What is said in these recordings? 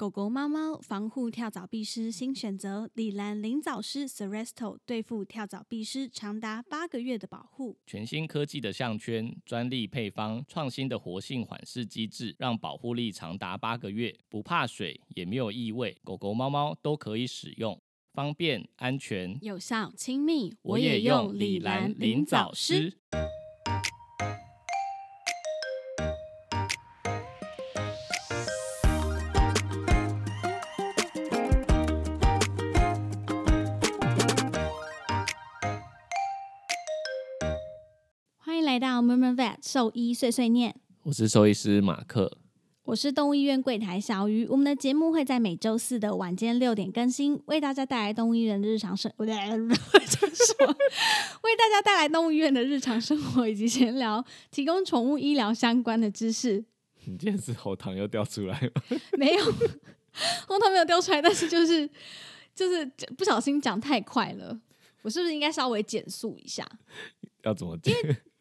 狗狗、猫猫防护跳蚤蜱虱新选择——李兰灵藻虱 Seresto 对付跳蚤蜱虱长达八个月的保护。全新科技的项圈、专利配方、创新的活性缓释机制，让保护力长达八个月，不怕水，也没有异味，狗狗、猫猫都可以使用，方便、安全。有效、亲密，我也用李兰林藻虱。湿。欢迎来到 Murmur Vet 兽医碎碎念，我是兽医师马克。我是动物医院柜台小鱼。我们的节目会在每周四的晚间六点更新，为大家带来动物医院的日常生，我 在为大家带来动物医院的日常生活以及闲聊，提供宠物医疗相关的知识。你今天是喉糖又掉出来吗？ 没有，红头没有丢出来，但是就是就是不小心讲太快了。我是不是应该稍微减速一下？要怎么接？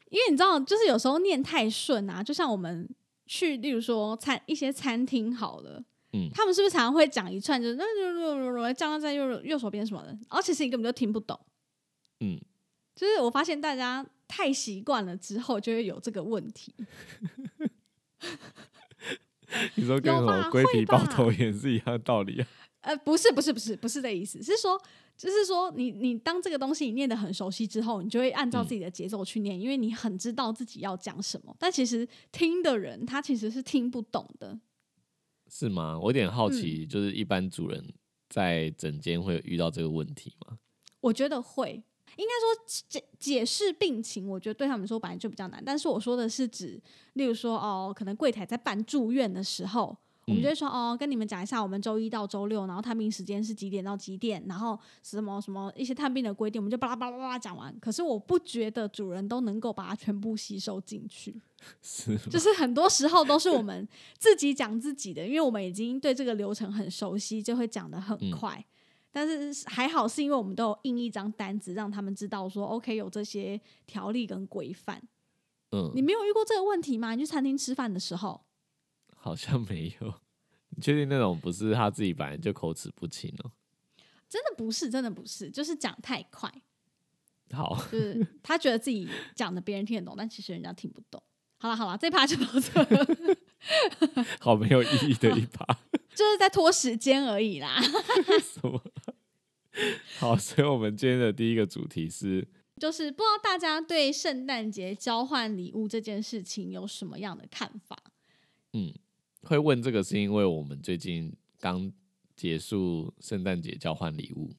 因为你知道，就是有时候念太顺啊，就像我们去，例如说餐一些餐厅好了，嗯他们是不是常常会讲一串，就是那那降到在右右手边什么的，然后其实你根本就听不懂。 嗯，就是我发现大家太习惯了之后，就会有这个问题。你说有跟什吧么龟会皮包吧头炎是一样的道理啊？呃，不是，不是，不是，不是这意思，是说，就是说你，你当这个东西你念得很熟悉之后，你就会按照自己的节奏去念，因为你很知道自己要讲什么。但其实听的人他其实是听不懂的，是吗？我有点好奇，就是一般主人在整间会有遇到这个问题吗？我觉得会。应该说解解释病情，我觉得对他们说本来就比较难。但是我说的是指，例如说哦，可能柜台在办住院的时候，我们嗯就会说、哦，跟你们讲一下，我们周一到周六，然后探病时间是几点到几点，然后什么什么一些探病的规定，我们就巴拉巴拉巴拉讲完。可是我不觉得主人都能够把它全部吸收进去，是吗就是很多时候都是我们自己讲自己的，因为我们已经对这个流程很熟悉，就会讲得很嗯快。但是还好，是因为我们都有印一张单子，让他们知道说，OK，有这些条例跟规范。你嗯，没有遇过这个问题吗？你去餐厅吃饭的时候，好像没有。你确定那种不是他自己本来就口齿不清哦、真的不是，真的不是，就是讲太快，好，就是他觉得自己讲的别人听得懂，但其实人家听不懂。好了好了，这趴就到这了， 好没有意义的一把。就是在拖时间而已啦。什么？好，所以我们今天的第一个主题是，就是不知道大家对圣诞节交换礼物这件事情有什么样的看法？嗯，会问这个是因为我们最近刚结束圣诞节交换礼物，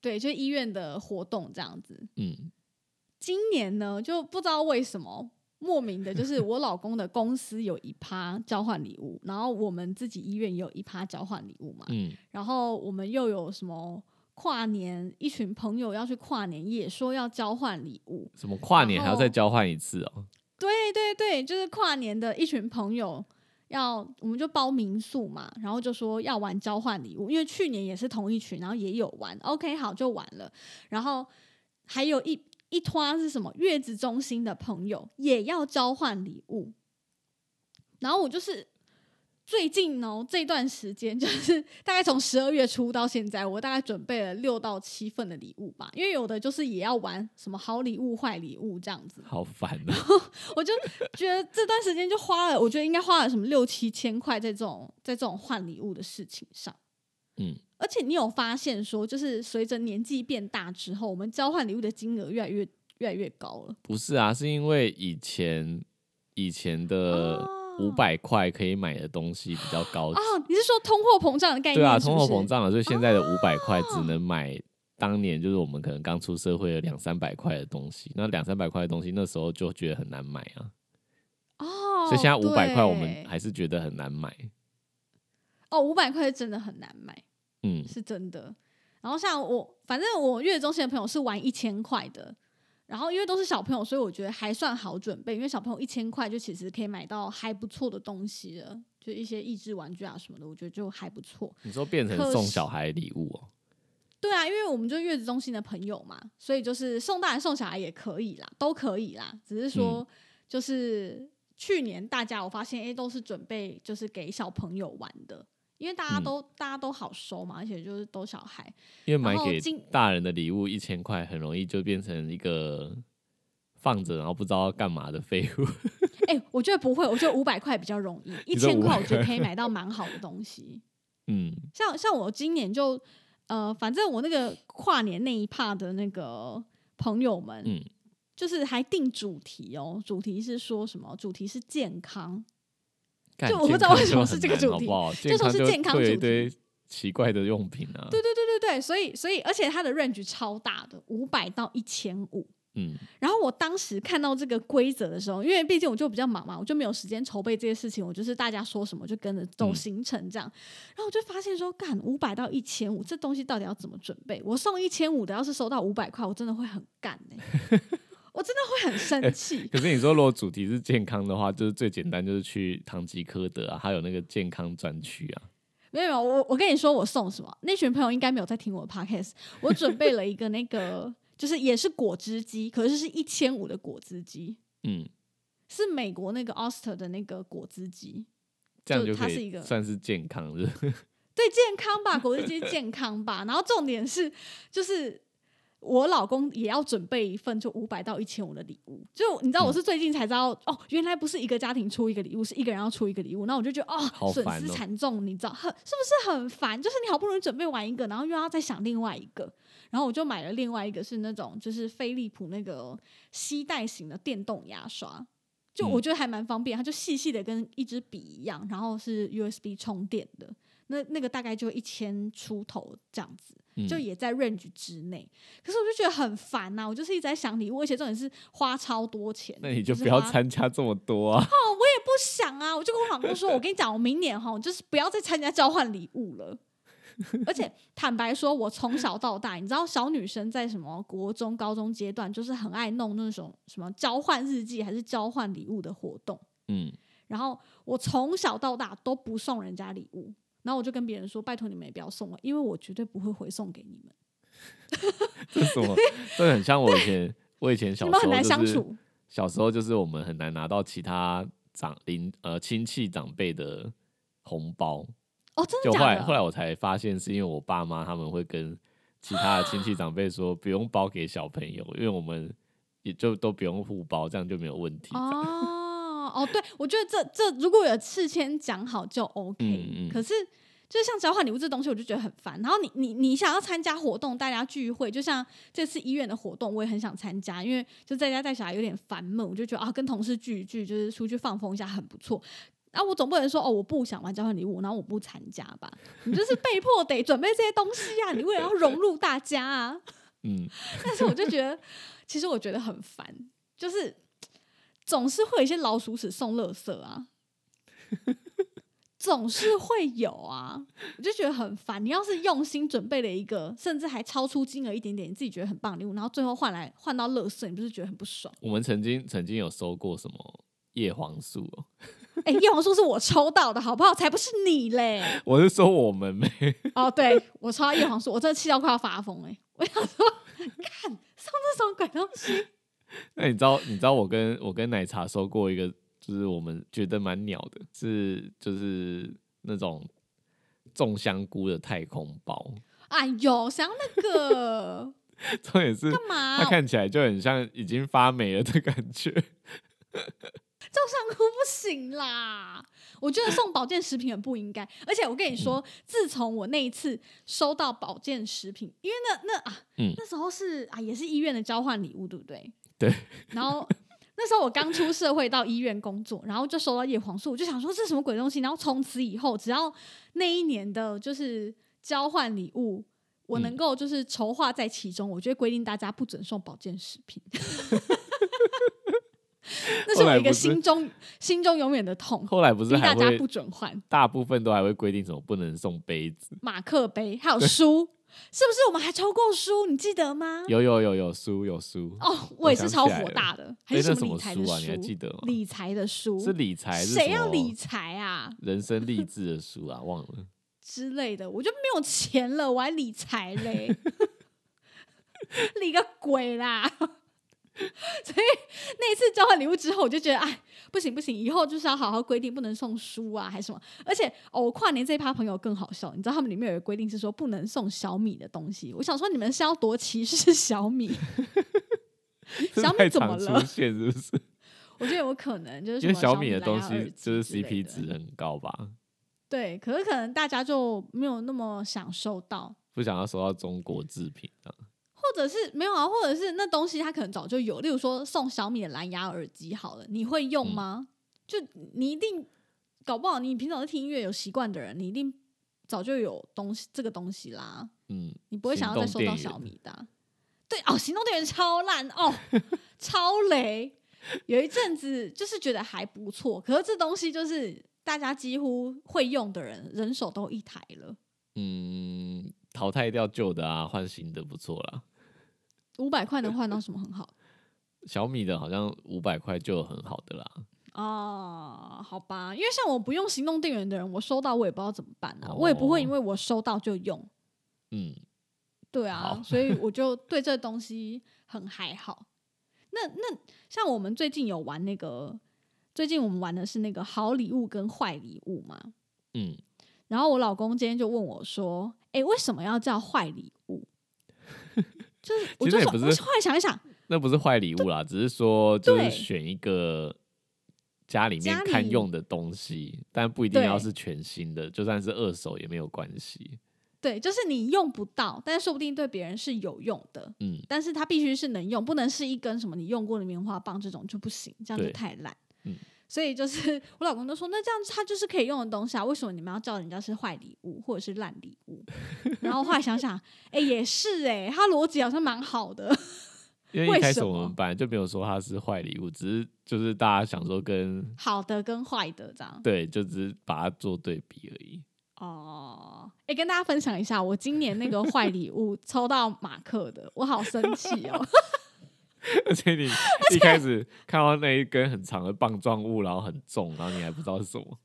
对，就医院的活动这样子。嗯，今年呢，就不知道为什么，莫名的，就是我老公的公司有一趴交换礼物，然后我们自己医院也有一趴交换礼物嘛，嗯，然后我们又有什么跨年，一群朋友要去跨年夜，说要交换礼物，什么跨年还要然再后交换一次哦、对对对，就是跨年的一群朋友要，我们就包民宿嘛，然后就说要玩交换礼物，因为去年也是同一群，然后也有玩，OK，好就玩了。然后还有一一团是什么月子中心的朋友也要交换礼物，然后我就是。最近哦，这段时间 就是大概从十二月初到现在，我大概准备了六到七份的礼物吧，因为有的就是也要玩什么好礼物、坏礼物这样子。好烦哦、 我就觉得这段时间就花了，我觉得应该花了什么六七千块在这种在这种换礼物的事情上。嗯，而且你有发现说，就是随着年纪变大之后，我们交换礼物的金额越来越越来越高了。不是啊，是因为以前以前的哦呃五百块可以买的东西比较高级，啊，你是说通货膨胀的概念对啊，是不通是哦货膨。胀了，所以现在的五百块只能买。当年就是我们可能刚出社会的两三百块的东西，那两三百块的东西那时候就觉得很难买啊。哦，所以现在五百块我对们还是觉得很难买。哦，五百块是真的很难买，嗯，是真的。然后像我，反正我月子中心的朋友是玩一千块的，然后因为都是小朋友，所以我觉得还算好准备，因为小朋友一千块就其实可以买到还不错的东西了，就一些益智玩具啊什么的，我觉得就还不错。你说变成可送是小孩礼物哦、对啊，因为我们就月子中心的朋友嘛，所以就是送大人送小孩也可以啦，都可以啦。只是嗯说，就是去年大家我发现，哎、都是准备就是给小朋友玩的，因为大家嗯都、大家都好收嘛，而且就是都小孩，因为然买后给今大人的礼物一千块，很容易就变成一个放着然后不知道干嘛的废物。 哎、我觉得不会，我觉得五百块比较容易，一知道千块500我觉得可以买到蛮好的东西。嗯，像像我今年就呃，反正我那个跨年那一趴的那个朋友们，嗯就是还定主题哦，主题是说什么？主题是健康，干就我不健知道康为什么就是很这个难主好题不好就说是就健康会有主一堆奇怪的用品啊。对对对对对，所以所以而且它的 range 超大的，五百到一千五。嗯，然后我当时看到这个规则的时候，因为毕竟我就比较忙嘛，我就没有时间筹备这些事情，我就是大家说什么就跟着走嗯行程这样。然后我就发现说，干五百到一千五，这东西到底要怎么准备？我送一千五的，要是收到五百块，我真的会很干呢、我真的会很生气。可是你说如果主题是健康的话，就是最简单就是去唐吉诃德啊，还有那个健康专区啊。没有没有，我我跟你说我送什么？那群朋友应该没有在听我的 podcast。我准备了一个那个，就是也是果汁机，可是是一千五的果汁机，嗯，是美国那个 Oster 的那个果汁机。这样就它可是一以个算是健康的。就是对健康吧，果汁机健康吧。然后重点是，就是我老公也要准备一份就五百到一千五的礼物。就你知嗯道，我是最近才知道、哦，原来不是一个家庭出一个礼物，是一个人要出一个礼物。那我就觉得哦，好损烦失哦惨重，你知道，很是不是很烦？就是你好不容易准备完一个，然后又要再想另外一个。然后我就买了另外一个是那种就是飞利浦那个吸带型的电动牙刷。就我嗯觉得还蛮方便，它就细细的跟一支笔一样，然后是 USB 充电的，那那个大概就一千出头这样子，嗯就也在 range 之内。可是我就觉得很烦啊呐、我就是一直在想礼物，而且重点是花超多钱。那你就是不要花参加这么 多啊！哦，我也不想啊，我就跟我老公说，我跟你讲，我明年哈，就是不要再参加交换礼物了。 而且坦白说，我从小到大，你知道，小女生在什么国中、高中阶段，就是很爱弄那种什么交换日记还是交换礼物的活动。嗯，然后我从小到大都不送人家礼物，然后我就跟别人说：“拜托你们也不要送我，因为我绝对不会回送给你们，这是什么？这很像我以前，我以前小你时们候很难相就是处。小时候就是我们很难拿到其他长邻呃亲戚长辈的红包，”哦，真就的后假来后的？来我才发现，是因为我爸妈他们会跟其他的亲戚长辈说不用包给小朋友，因为我们也就都不用互包，这样就没有问题。哦哦，对，我觉得这这如果有事先讲好就 OK，、嗯嗯可是。就像交换礼物这东西，我就觉得很烦。然后你你你想要参加活动，大家聚会，就像这次医院的活动，我也很想参加，因为就在家带小孩有点烦闷，我就觉得啊，跟同事聚一聚，就是出去放风一下很不错。啊，我总不能说哦，我不想玩交换礼物，然后我不参加吧？你就是被迫得准备这些东西啊，你为了要融入大家啊。嗯，但是我就觉得，其实我觉得很烦，就是总是会有一些老鼠屎送垃圾啊，总是会有啊，我就觉得很烦。你要是用心准备了一个，甚至还超出金额一点点，你自己觉得很棒的礼物，然后最后换来换到垃圾，你不是觉得很不爽？我们曾经曾经有收过什么叶黄素、哦，哎、叶黄素是我抽到的，好不好？才不是你嘞！我是说我们没， 哦，对我抽到叶黄素，我真的气到快要发疯哎、我想说，看送这种鬼东西，那你知道你知道我跟我跟奶茶收过一个，就是我们觉得蛮鸟的，是就是那种种香菇的太空包， 哎呦，想要那个重点是干嘛？它看起来就很像已经发霉了的感觉。 照相哭不行啦！我觉得送保健食品很不应该，而且我跟你说，嗯自从我那一次收到保健食品，因为那那啊，嗯那时候是啊，也是医院的交换礼物，对不对？对。然后那时候我刚出社会到医院工作，然后就收到叶黄素，我就想说这是什么鬼东西。然后从此以后，只要那一年的就是交换礼物。我能够就是筹划在其中，我就会规定大家不准送保健食 品。那是后我来一个不是心中心中永远的痛，后来不是逼大还家会不准换大部分都还会规定什么不能送杯子，马克杯，还有书，是不是？我们还抽过书，你记得吗？有有有有书有书，哦，我也是想起超来火了大的，还哎是那什么什理么财的书啊？你还记得吗？理财的书，是理财，是谁什要么理财啊人生励志的书啊？忘 了，之类的？我就没有钱了，我还理财嘞，理个鬼啦！ 那一次交换礼物之后，我就觉得哎，不行不行，以后就是要好好规定，不能送书啊，还是什么。而且哦，我跨年这一趴朋友更好笑，你知道他们里面有个规定是说不能送小米的东西。我想说你们是要多歧视小 米？是小米太怎么常了出现是不是？我觉得有可能就是因为什么小米蓝的牙东耳机西就是之类 CP 的值很高吧，对，可是可能大家就没有那么享受到，不想要收到中国制品啊。或者是没有啊，或者是那东西它可能早就有，例如说送小米的蓝牙耳机好了，你会嗯用吗？就你一定搞不好，你平常在听音乐有习惯的人，你一定早就有东西这个东西啦，嗯，你不会想要再行收动到电小源米的啊、对哦，行动电源超烂 哦，超雷。有一阵子就是觉得还不错，可是这东西就是大家几乎会用的人人手都一台了。嗯，淘汰掉旧的啊，换新的不错啦。五百块能换到什么很好？小米的好像五百块就有很好的啦。哦，好吧，因为像我不用行动电源的人，我收到我也不知道怎么办啊，哦我也不会因为我收到就用，嗯，对啊好，所以我就对这东西很还好。那那像我们最近有玩那个，最近我们玩的是那个好礼物跟坏礼物嘛，嗯，然后我老公今天就问我说：“哎、为什么要叫坏礼物？” 就是我其就实也说，不是我后来想一想，那不是坏礼物啦，只是说就是对选一个家里面家里堪用的东西，但不一定对要是全新的，就算是二手也没有关系。对，就是你用不到，但是说不定对别人是有用的。嗯但是它必须是能用，不能是一根什么你用过的棉花棒这种就不行，这样就对太烂。嗯所以就是我老公都说，那这样它就是可以用的东西啊，为什么你们要叫人家是坏礼物或者是烂礼物？ 然后后来想想，哎、也是哎、他逻辑好像蛮好 的，因为一开为始什我么们本来就没有说它是坏礼物，只是就是大家想说跟好的跟坏的这样。对，就只是把它做对比而已。 哦，哎、跟大家分享一下，我今年那个坏礼物抽到马克的，我好生气哦。 而且你一开始看到那一根很长的棒状物，然后很重，然后你还不知道是什么，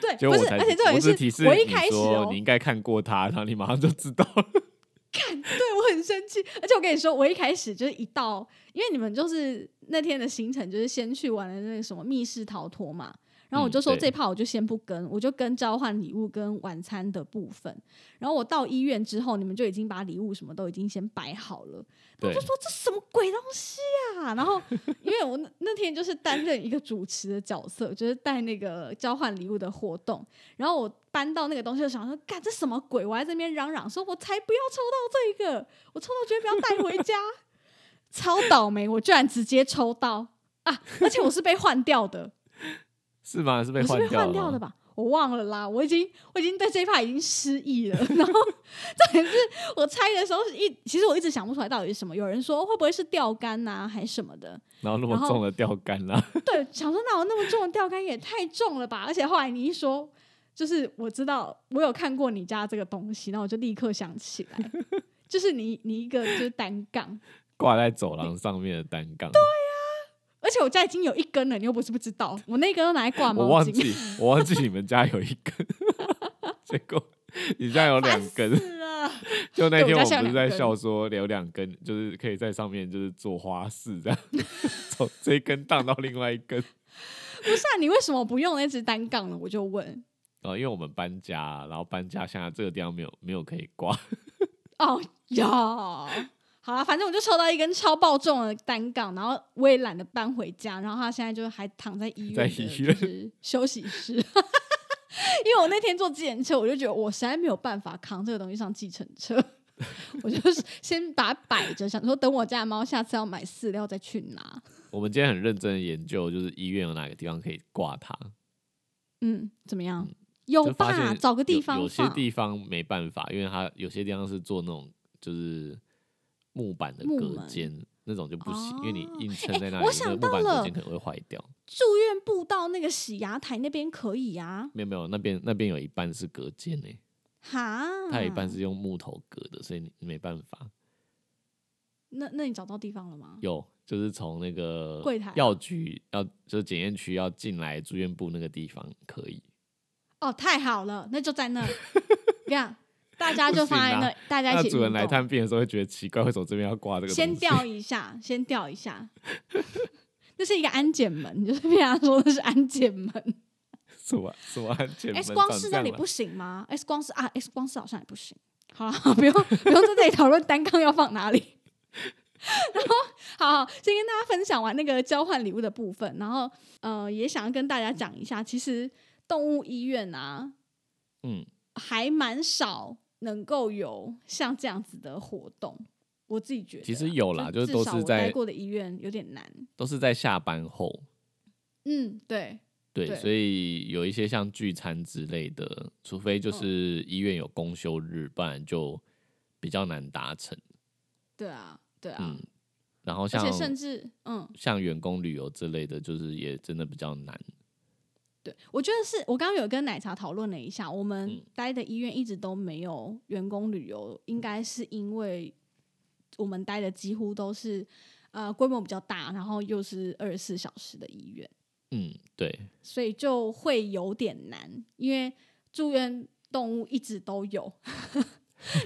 对，结不果是，才而且这我也只是提示我一你开始说哦你，应该看过它，然后你马上就知道了。对我很生气，而且我跟你说，我一开始就是一到，因为你们就是那天的行程就是先去玩了那个什么密室逃脱嘛，然后我嗯就说对这趴我就先不跟，我就跟交换礼物跟晚餐的部分。然后我到医院之后，你们就已经把礼物什么都已经先摆好了，对就，说这什么鬼东西啊！然后因为我那那天就是担任一个主持的角色，就是带那个交换礼物的活动，然后我搬到那个东西，就想说，干这什么鬼？我还在那边嚷嚷说，我才不要抽到这个，我抽到绝对不要带回家， 超倒霉！我居然直接抽到啊！而且我是被换掉的，是吗？是被我是换被掉哦换掉的吧？吧？我忘了啦，我已经我已经对这一趴已经失忆了。 然后重点是我猜的时候是一，其实我一直想不出来到底是什么。有人说会不会是钓竿呐、还是什么的？然后那么然后重的钓竿啊啦，对，想说那我那么重的钓竿也太重了吧？而且后来你一说，就是我知道我有看过你家这个东西，然后我就立刻想起来，就是你你一个就是单杠，挂在走廊上面的单杠，对，而且我家已经有一根了，你又不是不知道，我那根都拿来啊挂毛巾。我忘记我忘记你们家有一根， 结果你家有两根， 是啊，就那对天我家我是有们不是在两根笑说有两根，就是可以在上面就是做花式这样， 从这一根荡到另外一根。不是啊，你为什么不用那只单杠呢？我就问。哦，因为我们搬家，啊然后搬家现在这个地方没有没有可以挂，哦哟，好啦，反正我就抽到一根超爆重的单杠，然后我也懒得搬回家，然后他现在就还躺在医院在的，医就院是休息室。 因为我那天坐计程车，我就觉得我实在没有办法扛这个东西上计程车， 我就是先把它摆着，想说等我家的猫下次要买饲料再去拿。我们今天很认真的研究，就是医院有哪个地方可以挂它，嗯，怎么样？就有发吧现？找个地有方有些放。地方没办法，因为它有些地方是做那种就是木板的木隔门间，那种就不行，因为你哦硬撑哎在那里，我那想个到木板隔了间可能会坏掉。住院步道那个洗牙台那边可以啊。没有没有，那边那边有一半是隔间诶、哈，它有一嗯半是用木头隔的，所以你你没办法。那那你找到地方了吗？有，就是从那个柜台啊药局要就是检验区要进来住院部那个地方可以。 哦，太好了，那就在那。这样，大家就放在那，大家啊那一起主人运来动，探病的时候会觉得奇怪，为什么这边要挂这个？先东西？吊一下，先吊一下。 那是一个安检门，你就是被他说那是安检门。什么什么安全门 X 光长室这那样里啦不行吗？X 光室啊，X 光室好像也不行。好了，不用不用在这里讨论单杠要放哪里。 然后，好好先跟大家分享完那个交换礼物的部分，然后呃，也想要跟大家讲一下，其实动物医院啊，嗯，还蛮少能够有像这样子的活动。我自己觉得啊，其实有啦就就是都至少我是在待过的医院有点难。都是在下班后。嗯，对，对，对所以有一些像聚餐之类的，除非嗯就是医院有公休日，不然就比较难达成。对啊，对啊，嗯，然后而像且甚至嗯，像员工旅游之类的，就是也真的比较难。对，我觉得是我刚刚有跟奶茶讨论了一下，我们嗯待的医院一直都没有员工旅游，应该是因为我们待的几乎都是呃规模比较大，然后又是二十四小时的医院，嗯，对，所以就会有点难，因为住院动物一直都有。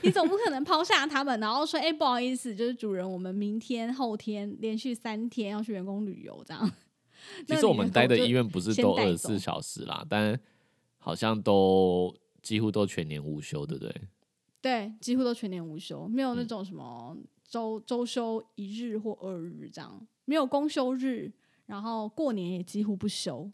你总不可能抛下他们，然后说：“哎、不好意思，就是主人，我们明天、后天连续三天要去员工旅游，这样。那其你实的我们待的狗就医院不是先都带二走十四小时啦，但好像都几乎都全年无休，对不对？对，几乎都全年无休，没有那嗯种什么周周休一日或二日这样，没有公休日，然后过年也几乎不休。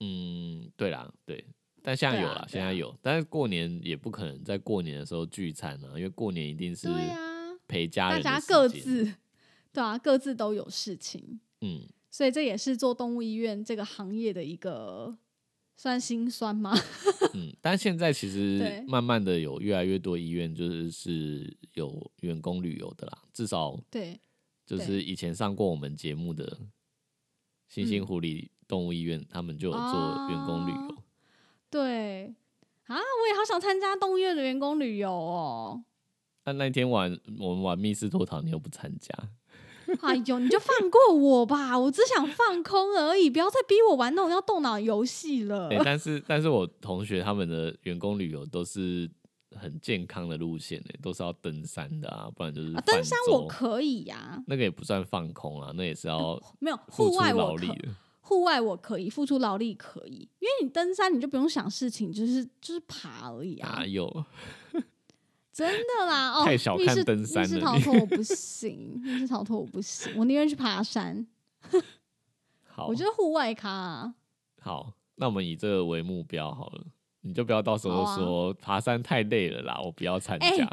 嗯，对啦，对，但现在对有啊啦，对现在啊有，但是过年也不可能在过年的时候聚餐啊，因为过年一定是对啊，陪家大人的家时各间自， 对啊，各自都有事情，嗯，所以这也是做动物医院这个行业的一个算心酸吗？ 嗯，但现在其对实慢慢的有越来越多医院就是是有员工旅游的啦，至少对，就对是以前上过我们节目的星星嗯狐狸动物医院，他们就有做员工旅游。哦对啊，我也好想参加动物医院的员工旅游哦。那那天玩我们玩密室脱逃，你又不参加，哎呦，你就放过我吧，我只想放空而已，不要再逼我玩那种要动脑游戏了。对，但是但是我同学他们的员工旅游都是很健康的路线诶、都是要登山的啊，不然就是、 啊，登山我。可以呀、那个也不算放空啊，那也是要没有付户出外劳我力可的。户外我可以付出劳力可以，因为你登山你就不用想事情，就是就是爬而已啊哪，有？真的 啦哦，太小密看室登山密室了逃你脱我不行， 密室逃脱我不行，我宁愿去爬山，好，我觉得户外咖、啊。好，那我们以这个为目标好了，你就不要到时好啊候说、爬山太累了啦，我不要参哎加。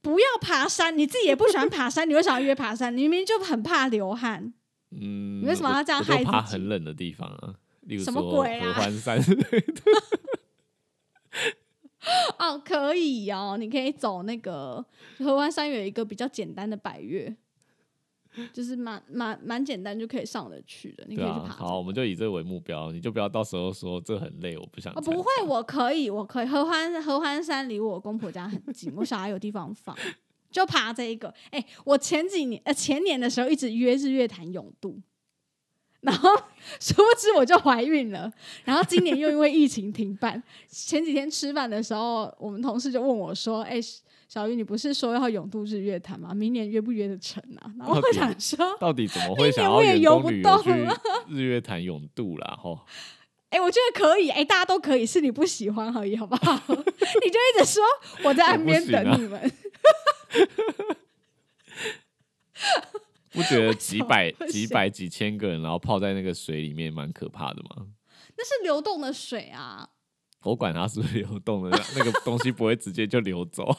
不要爬山，你自己也不喜欢爬山，你为什么要约爬山？你明明就很怕流汗，嗯，你为什么我要这样我就害自爬己很冷的地方啊，例如什么说鬼合啊欢山。 哦，可以哦，你可以走那个合欢山有一个比较简单的百越，就是蛮蛮蛮简单就可以上得去的，你可对以去啊，爬。好，我们就以这为目标，你就不要到时候说这很累，我不想哦，参加。不会，我可以，我可以。合欢合欢山离我公婆家很近，我小孩有地方放，就爬这一个。哎、我前几年呃前年的时候一直约日月潭泳渡，然后 殊不知我就怀孕了，然后今年又因为疫情停办。前几天吃饭的时候，我们同事就问我说：“哎、小鱼，你不是说要泳渡日月潭吗？明年约不约得成啊？”然后我到底想说。 到底怎么会想年我要也员游不工旅游动啊去了日月潭泳渡啦？吼，哎、我觉得可以，哎、大家都可以，是你不喜欢而已，好不好？ 你就一直说我在岸边等你们， 不觉 得几么百不几行百几千个人，然后泡在那个水里面，蛮可怕的嘛。那是流动的水啊，我管它是不是流动的，那那个东西不会直接就流走。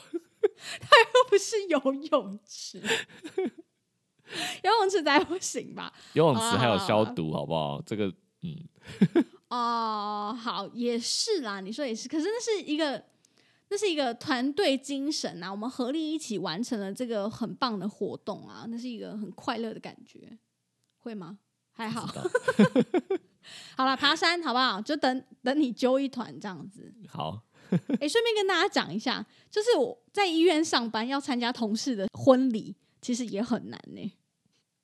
又不是游泳池。游泳池才不行吧？游泳池还有好啦哦好消啦毒，好不好？这个，嗯，哦、好，也是啦，你说也是，可是那是一个，那是一个团队精神啊，我们合力一起完成了这个很棒的活动啊，那是一个很快乐的感觉，会吗？还好不， 知道好啦，爬山好不好？就等等你揪一团这样子。好，哎、顺便跟大家讲一下，就是我在医院上班要参加同事的婚礼，其实也很难呢、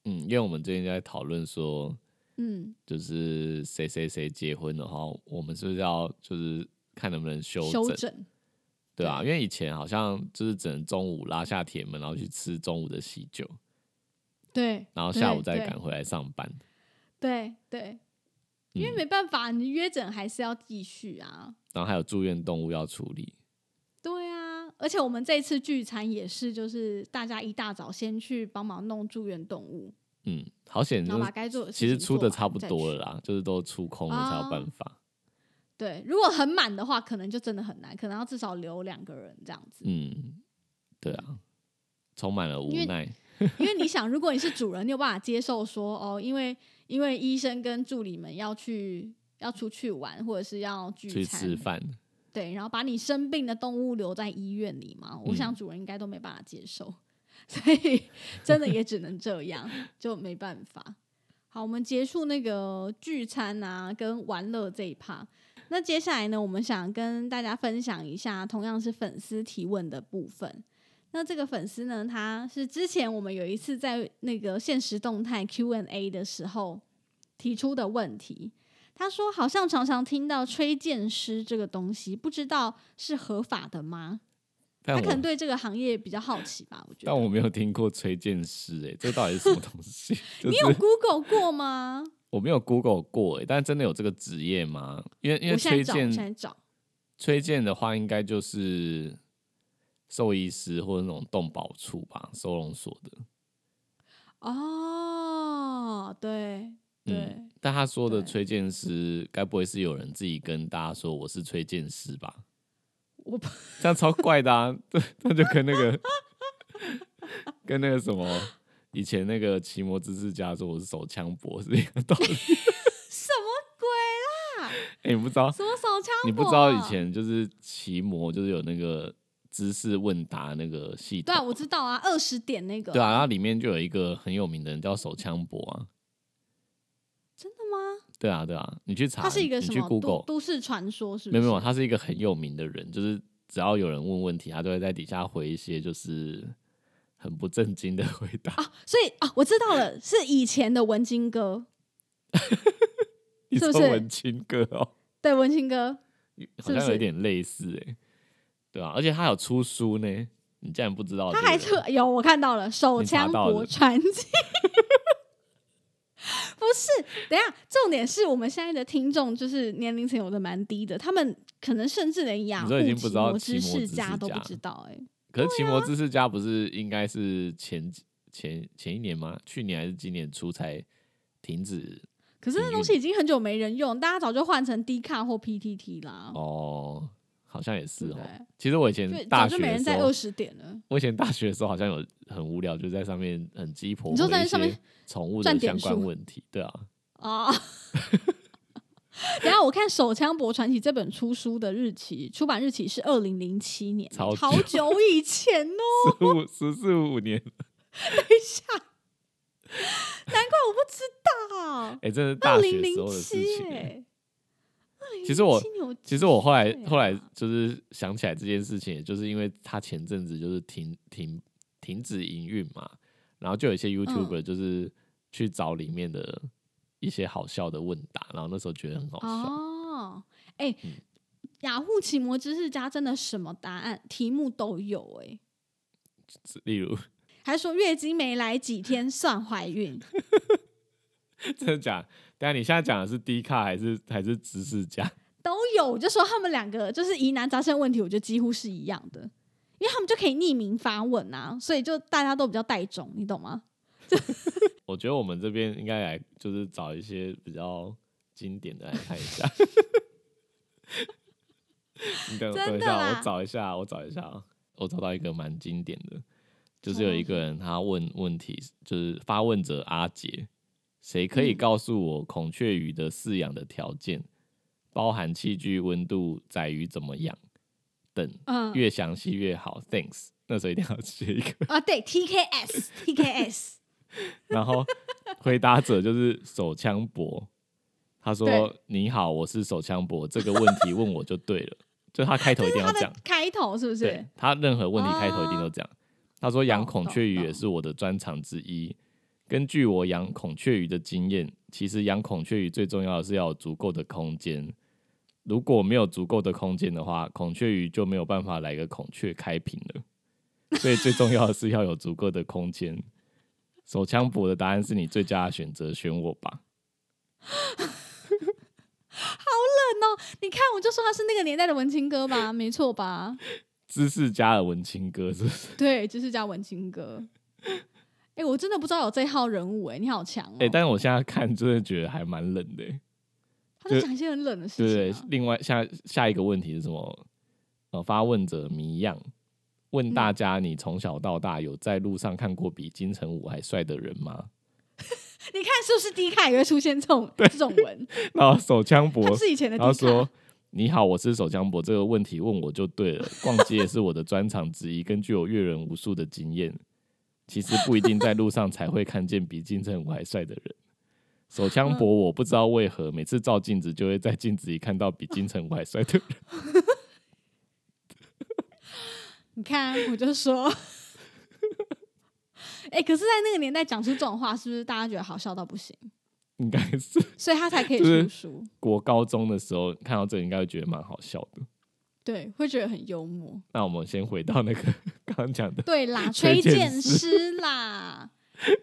嗯，因为我们最近在讨论说，嗯，就是谁谁谁结婚的话，我们是不是要就是看能不能修修整？整，对啊，因为以前好像就是只能中午拉下铁门，然后去吃中午的喜酒，对，然后下午对再对赶回来上班。对对，因为嗯没办法，你约诊还是要继续啊。然后还有住院动物要处理，对啊，而且我们这次聚餐也是，就是大家一大早先去帮忙弄住院动物，嗯，好险然后就把是该做的事其实情出做的完差不再多去了。啦，就是都出空了才有办哦法。对，如果很满的话，可能就真的很难，可能要至少留两个人这样子。嗯，对啊，充满了无因为奈。因为你想，如果你是主人，你有办法接受说哦，因为因为医生跟助理们要去要出去玩，或者是要聚去餐，吃饭，对，然后把你生病的动物留在医院里嘛，我嗯想主人应该都没办法接受，所以 真的也只能这样，就没办法。好，我们结束那个聚餐啊跟玩乐这一趴。那接下来呢，我们想跟大家分享一下，同样是粉丝提问的部分。那这个粉丝呢，他是之前我们有一次在那个现实动态 Q&A 的时候提出的问题。他说：“好像常常听到吹剑师这个东西，不知道是合法的吗？但他我可能对这个行业比较好奇吧。我觉但我得没有听过崔健师，哎，这到底是什么东西？ 就你有是 Google 过吗？我没有 Google 过，哎，但真的有这个职业吗？因为因为我现在崔找，我现健在找。崔健的话，应该就是兽医师或者那种动保处吧，收容所的。哦，对对、嗯，但他说的对崔健师，该不会是有人自己跟大家说我是崔健师吧？我不这样超怪的啊！对，那就跟那个跟那个什么以前那个奇摩知识家说我是手枪博士一 样的道理。 什么鬼？哎、你不知道，什么手枪？你不知道以？前就是奇摩就是有那个知识问答那个系对统啊，，我知道啊，二十点那个。对啊，然后里面就有一个很有名的人叫手枪博啊，真的吗？对啊，对啊，你去查，它是一个你什去么都 Google，都市传说？是不没是？有没有，他是一个很有名的人，就是只要有人问问题，他都会在底下回一些就是很不正经的回答。啊，所以啊，我知道了，是以前的文青哥， 你是说不是文青哥哦、对文青哥，好像有点类似哎、对啊，而且他有出书呢，你竟然不知道这他个人？还特有我看到了《手你查枪到了博传记》， 不是？等一下，重点是我们现在的听众就是年龄层有的蛮低的，他们可能甚至连雅你虎说已经不奇知道摩奇摩知知识识家都家不知道哎、可是奇摩知识家不是应该是前几前前一年吗？去年还是今年初才停止可是那东西已经很久没人用，大家早就换成 D 卡或 PTT 啦，哦，好像也是对不哦。对？其实我以就前大早学就没的人时在二候，十点了。我以前大学的时候好像有很无聊，就在上面很鸡婆你说回在一上面些宠物赚的点相关数问题，对啊，啊。 等一下，我看《手枪博传奇》这本出书的日期，出版日期是二零零七年，超久好久以前哦。十五十四五年，难怪我不知道。哎、这是二大零学时零候的事七情欸、哎，其实我2007年其实我后来对啊后来就是想起来这件事情，也就是因为他前阵子就是停停停止营运嘛，然后就有一些嗯 YouTuber 就是去找里面的一些好笑的问答，然后那时候觉得很好笑，哦，哎、嗯雅虎奇摩知识家真的什么答案题目都有哎、例如还说月经没来几天算怀孕， 真的假？等一下你现在讲的是低卡还是还是知识家？都有，我就说他们两个就是疑难杂症问题，我觉得几乎是一样的，因为他们就可以匿名发问啊，所以就大家都比较带种，你懂吗？ 我觉得我们这边应该来就是找一些比较经典的来看一下。 你等真的等一下，啦我找一下，我找一下啊，我找到一个蛮经典的，就是有一个人他问问题，就是发问者阿杰，谁可以嗯告诉我孔雀鱼的饲养的条件，包含器具、温度、宰鱼怎么养等，嗯越详细越好。Thanks，那时候一定要写一个。啊，对，TKS TKS， 然后回答者就是手枪博，他说对：“你好，我是手枪博，这个问题问我就对了。”就他开头一定要它这的样，开头是不对是？他任何问题开头一定都这样。他说：“养孔雀鱼啊懂也是我的专长之一。根据我养孔雀鱼的经验，其实养孔雀鱼最重要的是要有足够的空间。如果没有足够的空间的话，孔雀鱼就没有办法来个孔雀开屏了。所以最重要的是要有足够的 空间。手枪博的答案是你最佳的选择，选我吧。你看，我就说他是那个年代的文青歌 吧，没错吧？知识加尔文青哥是不是？对，就是叫文青歌。哎、我真的不知道有这号人物哎、你好强哦、哎、但是我现在看真的觉得还蛮冷的、欸。他在讲一些很冷的事对情、不对啊。？另外下下一个问题是什么？呃，发问者谜样问大家：你从小到大有在路上看过比金城武还帅的人吗？你看是不是低卡也会出现这种这种文？ 然后手枪博他是以前的然后低说卡。：“你好，我是手枪伯，这个问题问我就对了。逛街也是我的专长之一，根据我阅人无数的经验，其实不一定在路上才会看见比金城武还帅的 人。手枪伯，我不知道为何每次照镜子就会在镜子里看到比金城武还帅的 人。你看，我就说， 哎、可是，在那个年代讲出这种话，是不是大家觉得好笑到不行？应该是所以他才可以就是出书，国高中的时候看到这个，应该会觉得蛮好笑的。对，会觉得很幽默。那我们先回到那个 刚刚讲的对 啦，崔崔健健师师啦。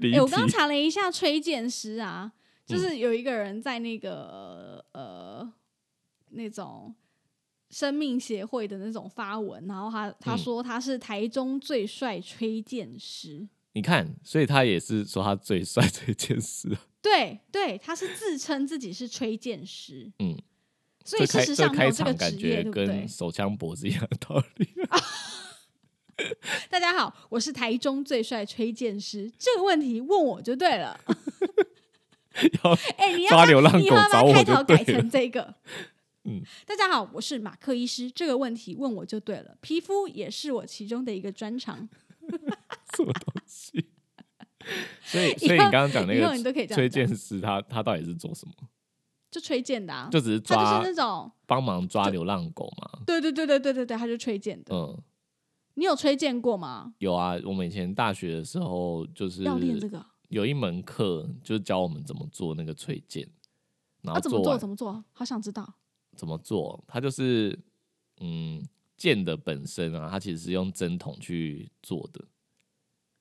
离哎、题嗯我刚刚查了一下崔健师啊，就是有一个人在那个呃那种生命协会的那种发文，然后他他嗯说他是台中最帅崔健师。你看，所以他也是说他最帅这件事。对对，他是自称自己是吹剑师，嗯，所以事这开实上没开有这个场感职业，觉对不对跟？手枪脖子一样的道理。大家好，我是台中最帅吹剑师，这个问题问我就对了。 要哎、你要抓把流浪你狗要不找要我开就头对改成了这个？嗯，大家好，我是马克医师，这个问题问我就对了。皮肤也是我其中的一个专长，什么东西？所 以，以后所以你刚刚讲那以后你个都可以这崔样讲，健师，他他到底是做什么？就吹剑的啊，就只是他就抓是那种，帮忙抓流浪狗嘛？对对对对对对对，他就吹剑的。嗯，你有吹剑过吗？有啊。我们以前大学的时候，就是要练这个啊有一门课，就是教我们怎么做那个崔健，然啊？后怎么完做？怎么做？好想知道。怎么做？它就是嗯，剑的本身啊，它其实是用针筒去做的。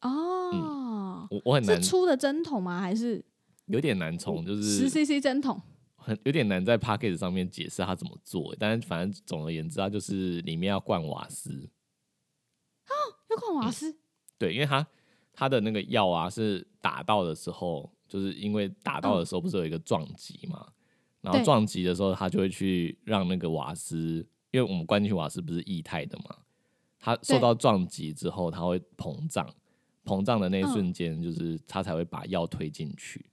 哦，我我嗯很啊难是，嗯粗的针筒吗？还是有点难从就十是 CC 针筒？很有点难在 p a c k a g e 上面解释它怎么做，但是反正总而言之，它就是里面要灌瓦斯，要灌瓦斯？对，因为它它的那个药啊是打到的时候，就是因为打到的时候不是有一个撞击嘛，然后嗯对撞击的时候，它就会去让那个瓦斯，因为我们灌进去瓦斯不是液态的嘛，它受对到撞击之后，它会膨胀，膨胀的那一嗯瞬间，就是它才会把药推进去。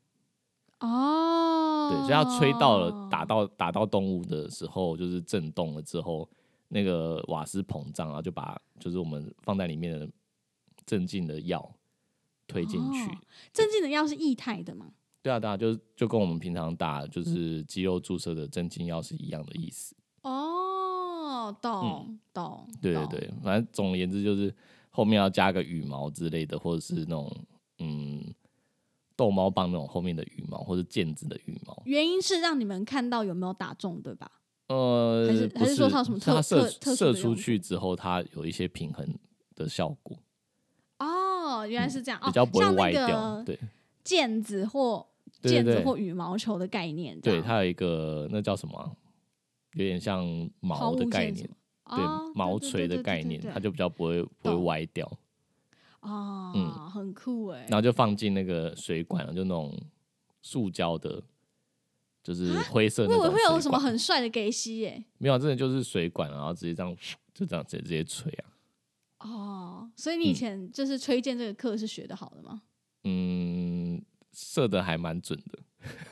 哦，嗯对，所以它吹到了打到打到动物的时候，就是震动了之后，那个瓦斯膨胀，然后就把就是我们放在里面的镇静的药推进去。哦镇静的药是液态的嘛？对啊，对啊，就是就跟我们平常打嗯就是肌肉注射的镇静药是一样的意思。哦，懂懂，嗯对对懂，对，反正总而言之就是后面要加个羽毛之类的，或者是那种嗯逗猫棒那种后面的羽毛，或者毽子的羽毛。原因是让你们看到有没有打中，对吧？呃，还是不还是是说它有什么是它特射特特殊射的出用去之后，它有一些平衡的效果，哦，原来是这样，嗯比较哦不会像歪那掉。个对毽子或对对毽子对或羽毛球的概念，这对，样它有一个那叫什么啊、有点像抛毛物的线概什念，么对哦对毛对锤对的对概对念，对它就比较不会不会懂歪掉，哦嗯，很酷哎然，后就放进那个水管，就那种塑胶的，就是灰色我那以种为水啊会管。有什么很帅的 gay 戏耶，没有啊，真的就是水管，然后直接这样就这样直接直接吹啊。哦，所以你以嗯前就是推荐这个课是学的好的吗？嗯，射的还蛮准的。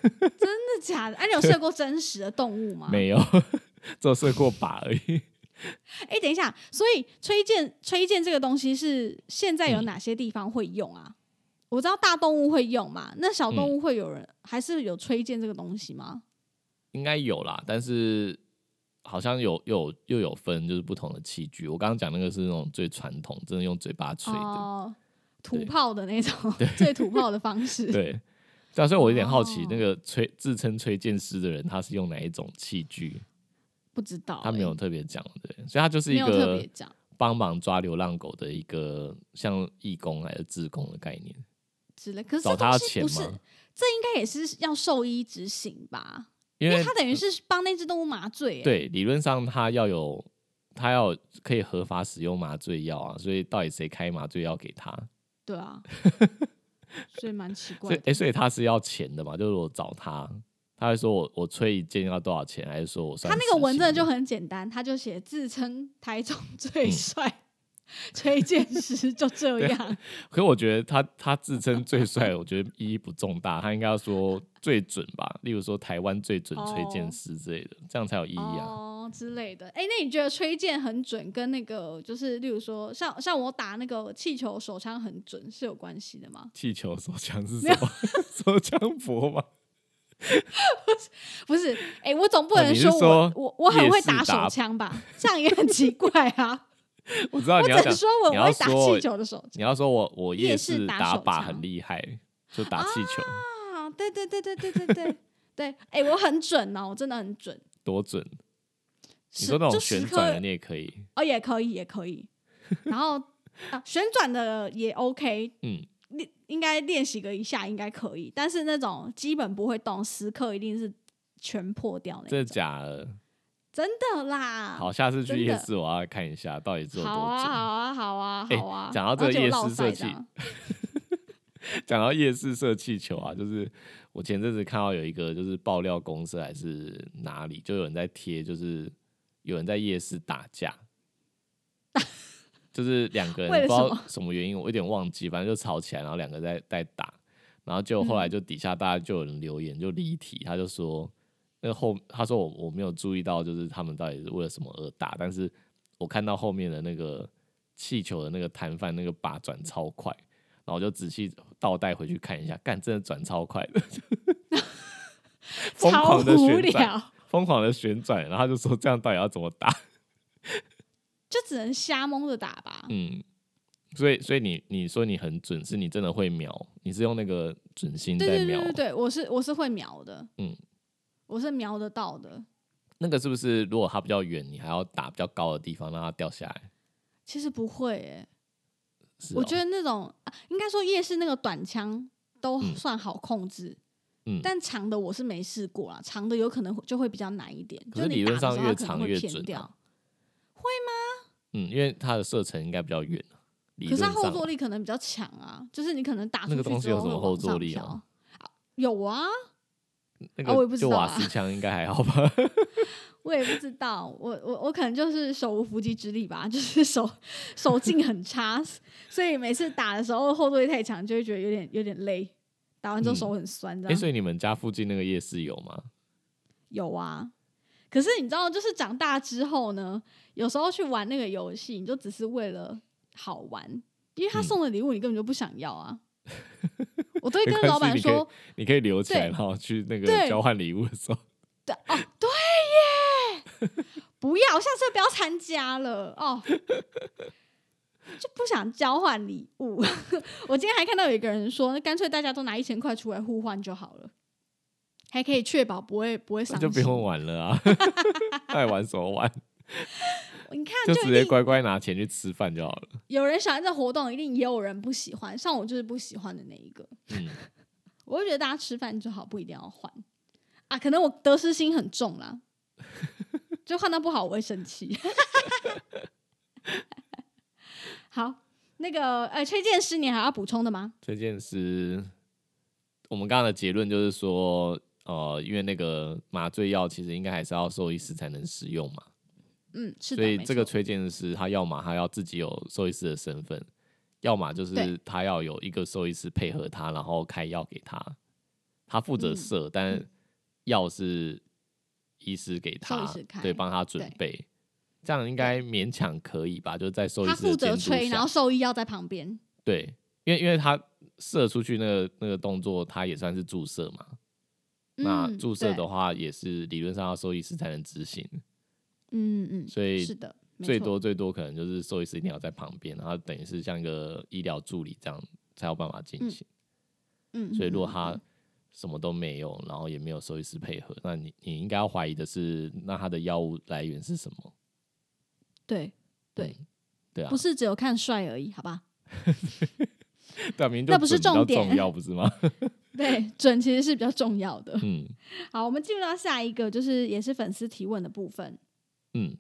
真的假的？哎、你有 射过真实的动物吗？没有， 只有射过靶而已。哎、等一下，所以吹箭吹箭这个东西是现在有嗯哪些地方会用啊？我知道大动物会用嘛，那小嗯动物会有人、还是有吹箭这个东西吗？ 应该有啦，但是好像有有又有分，就是不同的器具。我刚刚讲那个是那种最传统，真的用嘴巴吹的，哦，土对炮的那种最土炮的方式。对。啊但所以我有点好奇，哦那个吹自称吹剑师的人，他是用哪一种器具？不知道、他没有欸特别讲，对，所以他就是没一有特个别讲，帮忙抓流浪狗的一个像义工还是志工的概念，之类。可是找这他东要西钱不是，吗？应该也是要兽医执行吧？因因为嗯为他等于是帮那只动物麻醉、欸。，对理论上他要有他要可以合法使用麻醉药啊，所以到底谁开麻醉药给他？对 啊，所以蛮奇所怪以，哎、的。所以他是要钱的嘛？就是我找他，他会说我我吹一件要多少钱，还是说我算他那个文字字就很简单，他就写自称台中最帅，嗯 崔健师就这样。可我觉得他他自称最帅，我觉得意义不重大，他应该要说最准吧，例如说台湾最准崔健师之类的，这样才有意义啊。哦之类的。哎、那你觉得吹箭很准，跟那个就是，例如说像像我打那个气球手枪很准是有关系的吗？气球手枪是什么？ 手枪佛吗？不是，哎、我总不哦能你是说我、说我我很会夜市打手打枪吧？这样也很奇怪 啊！我知道我你只要能讲，说我你我要会打说气球的手你要说我我夜市市打打手靶枪很厉害，就打气球、枪啊！对对对对对对对对，哎、我很准哦，我真的很准。多准。你十说那就种十旋颗转的你也可以，哦，也可以，也可以。然后、啊、旋转的也 OK，嗯，练应该练习个一下应该可以，但是那种基本不会动，时刻一定是全破掉那真的种，假的？真的啦。好，下次真去夜的市我要看一下到底是有多好啊，准。好啊，好啊，哎好啊。讲到然后这个就有夜落市赛设这样讲到夜市射气球啊，就是我前阵子看到有一个就是爆料公司还是哪里，就有人在贴，就是有人在夜市打架，就是两个人 为了不知什道么什么原因，我有点忘记，反正就吵起来，然后两个在在打，然后就嗯后来就底下大家就有人留言就离题，他就说那后他说我我没有注意到，就是他们到底是为了什么而打，但是我看到后面的那个气球的那个摊贩那个把转超快，然后我就仔细倒带回去看一下，干真的转超快的， 疯超狂的无旋转，聊，疯狂的旋转，然后他就说这样到底要怎么打？就只能瞎蒙着打吧。嗯， 所以所以你你说你很准，是你真的会瞄，你是用那个准心对在对瞄对，对对，我是我是会瞄的，嗯，我是瞄得到的。那个是不是？如果它比较远，你还要打比较高的地方让它掉下来？其实不会欸诶、是、哦，我觉得那种、啊、应该说夜市那个短枪都嗯算好控制，嗯但长的我是没试过啊，长的有可能会就会比较难一点，就可是你理论打的上时候它越可能长会越偏准啊掉，嗯，因为它的射程应该比较远啊理可论是它上后坐力可能比较强啊，就是你可能打出那个去东西之有后什会么往后坐上力飘啊啊有啊，那啊我也不个知就道瓦啊斯枪应该还 好吧？我也不知道，我我我可能就是手无缚鸡之力吧，就是手手劲很差，所以每次打的时候后坐力太强，就会觉得有点有点累，打完之后嗯手很酸，这哎、样。所以你们家附近那个夜市有吗？有啊，可是你知道，就是长大之后呢，有时候去玩那个游戏，你就只是为了好玩，因为他嗯送的礼物你根本就不想要 啊。我都会没跟关老系板你可以说，你可以留起来，对然后去那个对交换礼物的时候，对哦，对耶，不要，下次不要参加了哦。就不想交换礼物。 我今天还看到有一个人说，干脆大家都拿一千块出来互换就好了，还可以确保不会不会那伤就心。不用玩了 啊！爱玩什么玩？你看，就就直一定接乖乖拿钱去吃饭就好了。有人喜欢这活动，一定也有人不喜欢。像我就是不喜欢的那一个，嗯， 我就觉得大家吃饭就好，不一定要换啊。可能我得失心很重啦， 就换到不好我会生气。 好，那个呃，崔健师，你还要补充的吗？这件事，我们刚刚的结论就是说，呃，因为那个麻醉药其实应该还是要兽医师才能使用嘛，嗯，是的，所以没这个错推荐师他要么他要自己有兽医师的身份，要么就是对他要有一个兽医师配合他，然后开药给他，他负嗯责射，但药是医师给兽医他师，开对，帮他准备，这样应该勉强可以吧？就是在兽医他师负的监责督吹，然下后，兽医要在旁边。对，因为因为他射出去那个那个动作，他也算是注射嘛，那嗯注射对的话也是理论上要兽医师才能执行，嗯嗯，所以是的，没最错多最多可能就是兽医师一定要在旁边，然后等于是像一个医疗助理这样才有办法进行。嗯，所以如果嗯嗯他什么都没有，然后也没有兽医师配合，那你你应该要怀疑的是，那它的药物来源是什么？对对嗯对啊不，是只有看帅而已，好吧？对啊，明明就那不是准比较重点重要不是吗？ 对，准其实是比较重要的。嗯好，我们进入到下一个，就是也是粉丝提问的部分。嗯，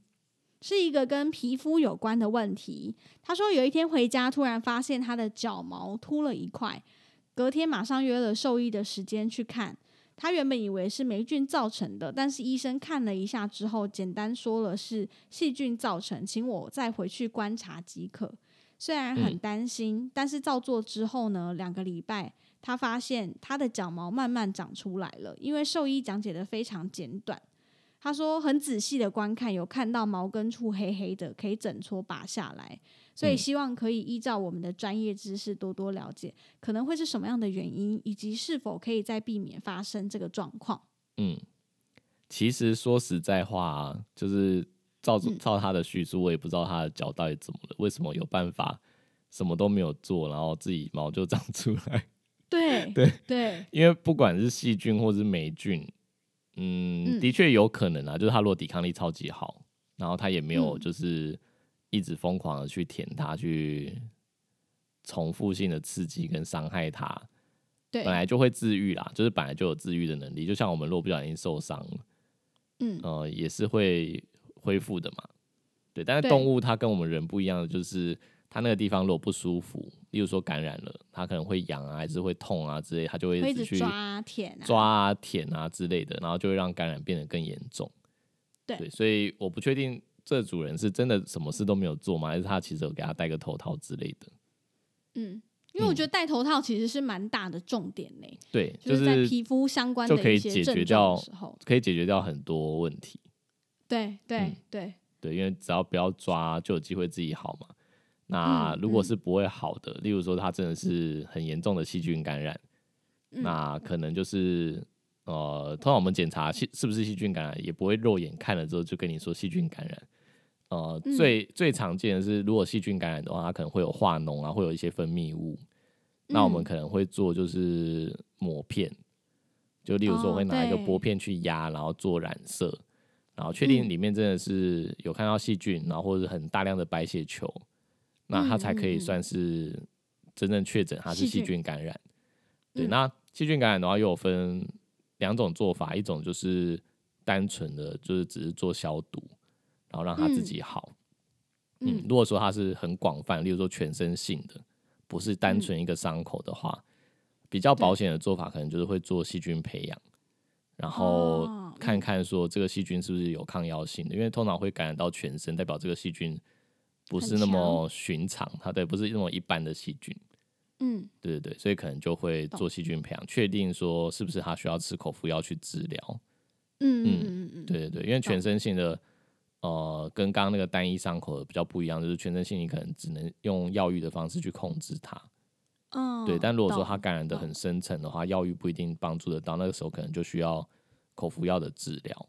是一个跟皮肤有关的问题。他说有一天回家，突然发现他的脚毛秃了一块，隔天马上约了兽医的时间去看。他原本以为是霉菌造成的，但是医生看了一下之后，简单说了是细菌造成，请我再回去观察即可。虽然很嗯担心，但是照做之后呢，两个礼拜他发现他的脚毛慢慢长出来了，因为兽医讲解的非常简短。他说很仔细的观看，有看到毛根处黑黑的，可以整撮拔下来，所以嗯希望可以依照我们的专业知识多多了解，可能会是什么样的原因，以及是否可以再避免发生这个状况。嗯，其实说实在话、啊，就是照嗯照他的叙述，我也不知道他的脚到底怎么了，为什么有办法什么都没有做，然后自己毛就长出来？对对对因为不管是细菌或是霉菌，嗯，嗯的确有可能啊，就是他如果抵抗力超级好，然后他也没有嗯就是一直疯狂的去舔它，去重复性的刺激跟伤害它，对，本来就会治愈啦，就是本来就有治愈的能力。就像我们如果不小心受伤，嗯呃，也是会恢复的嘛。对，但是对动物它跟我们人不一样的，就是它那个地方如果不舒服，例如说感染了，它可能会痒啊，还是会痛啊之类，它就会会一一直去抓啊舔啊，抓啊、舔啊之类的，然后就会让感染变得更严重。对所以我不确定这主人是真的什么事都没有做吗？还是他其实有给他戴个头套之类的？嗯，因为我觉得戴头套其实是蛮大的重点呢、对，就就是在是皮肤相关就可的以一些解症决状掉的时候，可以解决掉很多问题。对对嗯对，对，因为只要不要抓，就有机会自己好嘛。那嗯如果嗯是不会好的，例如说它真的是很严重的细菌感染，嗯那可能就是呃，通常我们检查细是不是细菌感染，也不会肉眼看了之后就跟你说细菌感染。呃，嗯最最常见的是，如果细菌感染的话，它可能会有化脓啊，会有一些分泌物。那我们嗯可能会做就是抹片，就例如说我哦会拿一个对玻片去压，然后做染色，然后确定嗯里面真的是有看到细菌，然后或者很大量的白血球，那它才可嗯嗯以嗯算是真正确诊它是细细菌菌感染。对，嗯那细菌感染的话又有分两种做法，一种就是单纯的就是只是做消毒，然后让它自嗯己好。嗯，嗯如果说它是很广泛，例如说全身性的，不是嗯单纯一个伤口的话，比较保险的做法可能就是会做细菌培养，然后哦看看说这个细菌是不是有抗药性的，因为通常会感染到全身，代表这个细菌不是那么寻常，它对不是那么一般的细菌，嗯对对对，所以可能就会做细菌培养，确定说是不是它需要吃口服药去治疗，嗯嗯嗯嗯，对对对，因为全身性的，呃，跟刚刚那个单一伤口的比较不一样，就是全身性你可能只能用药浴的方式去控制它。嗯，对，但如果说懂嗯它感染的很深层的话，药浴不一定帮助得到，那个时候可能就需要口服药的治疗。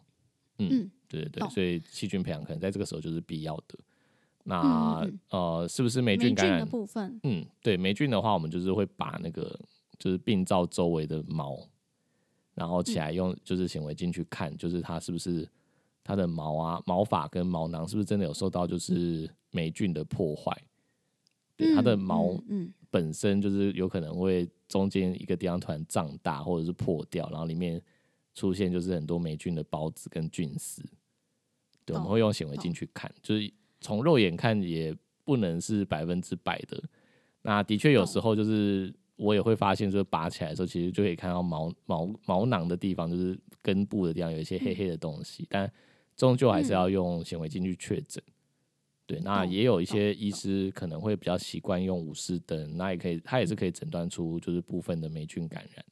嗯，嗯对对对，懂所以细菌培养可能在这个时候就是必要的。那、嗯嗯呃，是不是霉霉菌感的染？部分，嗯，对，霉菌的话，我们就是会把那个就是病灶周围的毛，然后嗯起来用就是显微镜去看，就是它是不是它的毛啊、毛发跟毛囊是不是真的有受到就是霉菌的破坏？对，它的嗯毛嗯嗯本身就是有可能会中间一个地方突然胀大，或者是破掉，然后里面出现就是很多霉菌的孢子跟菌丝。对，我们懂会用显微懂镜去看，就是从肉眼看也不能是百分之百的。那的确有时候就是我也会发现，就是拔起来的时候，其实就可以看到毛毛毛囊的地方，就是根部的地方有一些嗯黑黑的东西，但终究还是要用显微镜去确诊。对，那懂也有一懂些医懂师可能会比较习惯用武士灯，那也可以，它也是可以诊断出就是部分的霉菌感染。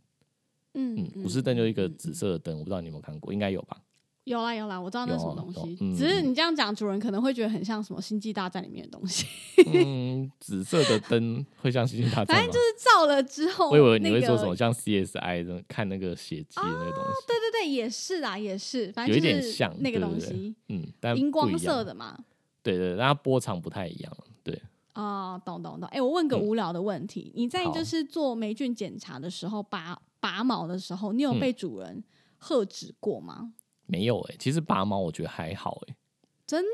嗯嗯，武士灯就一个嗯紫色的灯，我不知道你有没有看过，应该有 吧？有啦有啦，我知道那有什么啊东懂西，嗯只是你这样讲，主人可能会觉得很像什么《星际大战》里面的东西，嗯，紫色的灯会像星星大战反吗？正就是照了之后，我以为你那会说什个哦么像 CSI 的看那个血迹的那个东西，对对对，也是啦，也是，反正有一就点是像那个对东对对西，嗯，但荧不光一样色，的嘛。对对，对但它波长不太一样，对，哦啊、懂懂懂。哎、我问个嗯无聊的问题，你在好就是做霉菌检查的时候拔拔拔毛的时候，你有嗯被主人喝止过吗？没有哎、其实拔毛我觉得还好哎、真的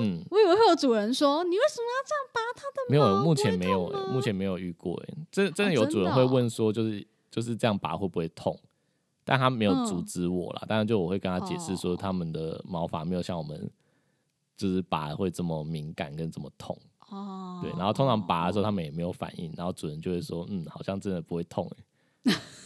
嗯，我以为会有主人说你为什么要这样拔它的毛？没有，目哦前不会没有痛哎、吗目前没有遇过哎、真真的哦有真主人的会哦问说，就是、就是这样拔会不会痛？但他没有阻嗯止我啦，当然就我会跟他解释说，哦他们的毛发没有像我们就是拔会这么敏感跟这么痛，哦，对。然后通常拔的时候他们也没有反应，然后主人就会说，嗯，好像真的不会痛欸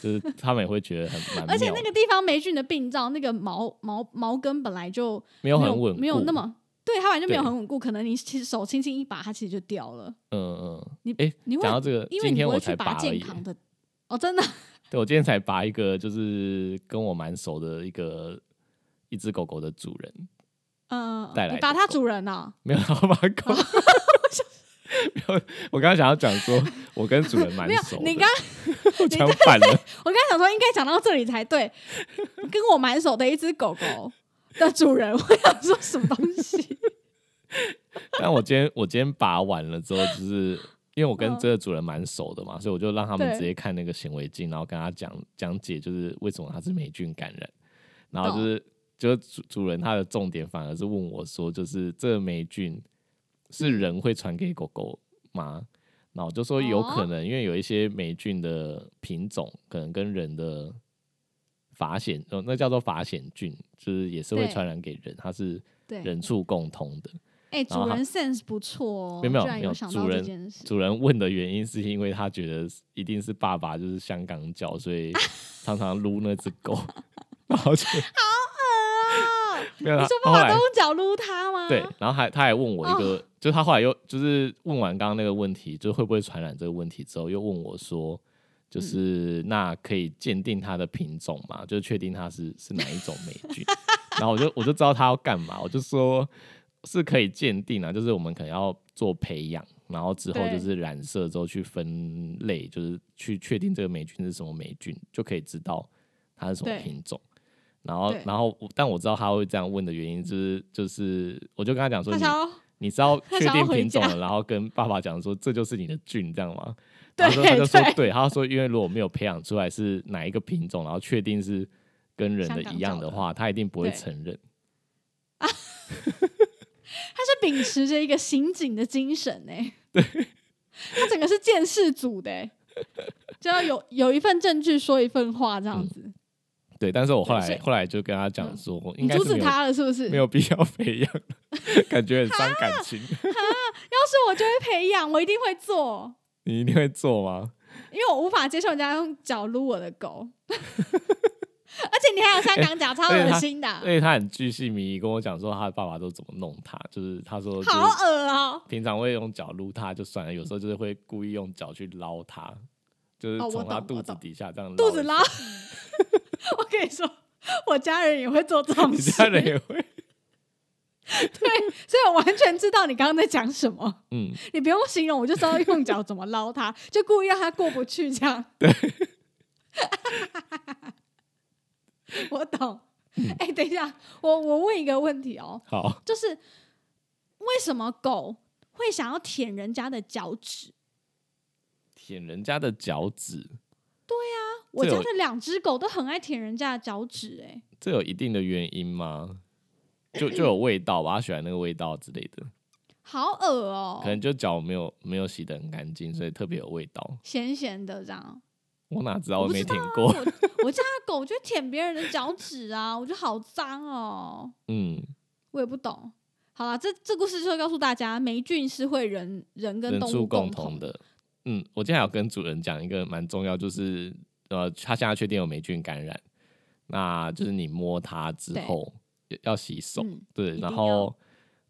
就是他们也会觉得很蛮妙 的，而且那个地方霉菌的病灶，那个毛毛毛根本来就没没有很稳固，没有那么对，它本来就没有对很稳固，可能你其实手轻轻一拔，它其实就掉了。嗯嗯，你哎，你会讲到这个，因为今你天不我会才去拔而健已，康的哦，真的对我今天才拔一个，就是跟我蛮熟的一个一只狗狗的主人，嗯带，来你的拔它狗主人啊，没有老板狗。 没有，我刚刚想要讲说，我跟主人蛮没有熟，的，你刚我讲反了。我刚才想说应该讲到这里才对， 跟我蛮熟的一只狗狗的主人，我想说什么东西？ 但我今天我今天拔完了之后，就是因为我跟这个主人蛮熟的嘛，所以我就让他们嗯对直接看那个显微镜，然后跟他讲讲解，就是为什么它是霉菌感染，然后就是就是主主人他的重点反而是问我说，就是这个霉菌嗯是人会传给狗狗吗？那我就说有哦可能，因为有一些霉菌的品种可能跟人的法显，呃，那叫做法显菌，就是也是会对传染给人，它是对，人畜共通的。哎、然主后它人 sense 不错哦，没有没有居然没有想主到这人件事。主人问的原因是因为他觉得一定是爸爸就是香港脚，所 以常常撸那只狗， 然后就啊， 没有你他说爸后爸来都用脚撸它吗？哦对，然后还他还问我一个，就是他后来又就是问完刚刚那个问题，就会不会传染这个问题之后，又问我说，嗯就是、那可以鉴定它的品种嘛，就是确定它是是哪一种霉 菌，然后我就我就知道他要干嘛，我就说是可以鉴定啊，就是我们可能要做培养，然后之后对就是染色之后去分类，就是去确定这个霉菌是什么霉菌，就可以知道它是什么对品种。然后对，然后我，但我知道他会这样问的原因，就是就是，我就跟他讲说他你，想要你知道 他确想要定品种回了，然后跟爸爸讲说这就是你的菌，这样吗？对然后他就说对对，他说因为如果没有培养出来是哪一个品种，然后确定是跟人的香港一样的脚的话，他一定不会对承认。他是秉持着一个刑警的精神呢、对，他整个是见事组的、欸，就要有有一份证据说一份话这嗯样子。对，但是我后对所来以嗯后来就跟他讲说，应你该阻是止没有他了是不是？没有必要培养，感觉很伤感 情。要是我就会培养，我一定会做，你一定会做吗？因为我无法接受人家用脚撸我的狗。而且你还有香港脚，超恶心的啊、因为他很巨细迷跟我讲说他的爸爸都怎么弄他，就是他说就是好恶哦、平常会用脚撸它就算了，有时候就是会故意用脚去捞它，就是哦我从它懂肚我子懂底下这样肚子一拉。下。我跟你说，我家人也会做这种 你事，家人也会，所以我完全知道你刚刚在讲什么。 嗯，你不用形容，我就知道用脚怎么捞它，就故意让它过不去这样。对，我懂。哎、等一下，我我问一个问题哦，好，就是为什么狗会想要舔人家的脚趾？舔人家的脚趾，我这家有的两只狗都很爱舔人家的脚趾、哎，这有一定的原因吗？就就有味道吧，他喜欢那个味道之类的，好恶 哦、可能就脚没有没有洗得很干净，所以特别有味道。咸咸的这样。我哪知道，我我不没知道舔啊过。我我家的狗就舔别人的脚趾啊， 我觉得好脏哦、嗯，我也不懂。好啦，这这故事就告诉大家，霉菌是会人人跟人动畜物共同同。的。嗯，我今天还有跟主人讲一个蛮重要，就是呃，他现在确定有霉菌感染，那就是你摸它之对后要要洗手，嗯对，定然后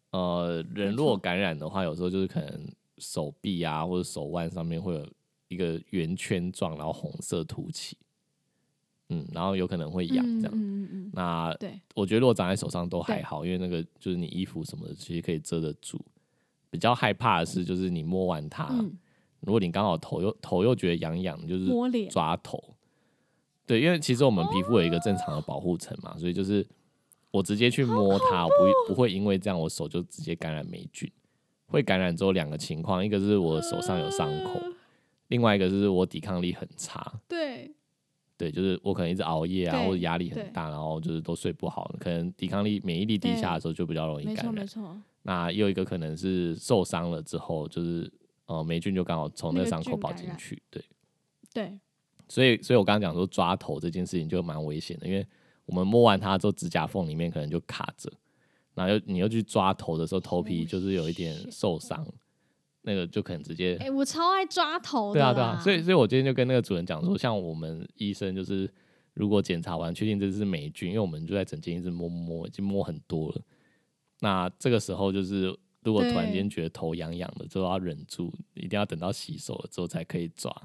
呃，人没如果错感染的话，有时候就是可能手臂啊或者手腕上面会有一个圆圈状，然后红色凸起，嗯，然后有可能会痒嗯这样。嗯嗯嗯，那对，我觉得如果长在手上都还对好，因为那个就是你衣服什么的其实可以遮得住。比较害怕的是，就是你摸完它，嗯，如果你刚好头又头又觉得痒痒，你就是摸脸抓头。对，因为其实我们皮肤有一个正常的保护层嘛，所以就是我直接去摸它，哦我不不会因为这样我手就直接感染霉菌。会感染之后两个情况，一个是我手上有伤口，呃另外一个是我抵抗力很差。对，对，就是我可能一直熬夜啊，对或者压力对很大，然后就是都睡不好，可能抵抗力、免疫力低下的时候就比较容易没错感没染。错，那又一个可能是受伤了之后，就是呃霉菌就刚好从那那个个伤口菌跑感进染去，对。对，所以，所以我刚刚讲说抓头这件事情就蛮危险的，因为我们摸完它之后，指甲缝里面可能就卡着，然后又你又去抓头的时候，哦头皮就是有一点受伤，那个就可能直接哎、我超爱抓头的对啊啦，对啊。所以，所以我今天就跟那个主人讲说，像我们医生就是如果检查完确定这是霉菌，因为我们就在诊间一直摸摸摸，已经摸很多了，那这个时候就是。如果突然对间觉得头痒痒的，就要忍住，一定要等到洗手了之后才可以抓，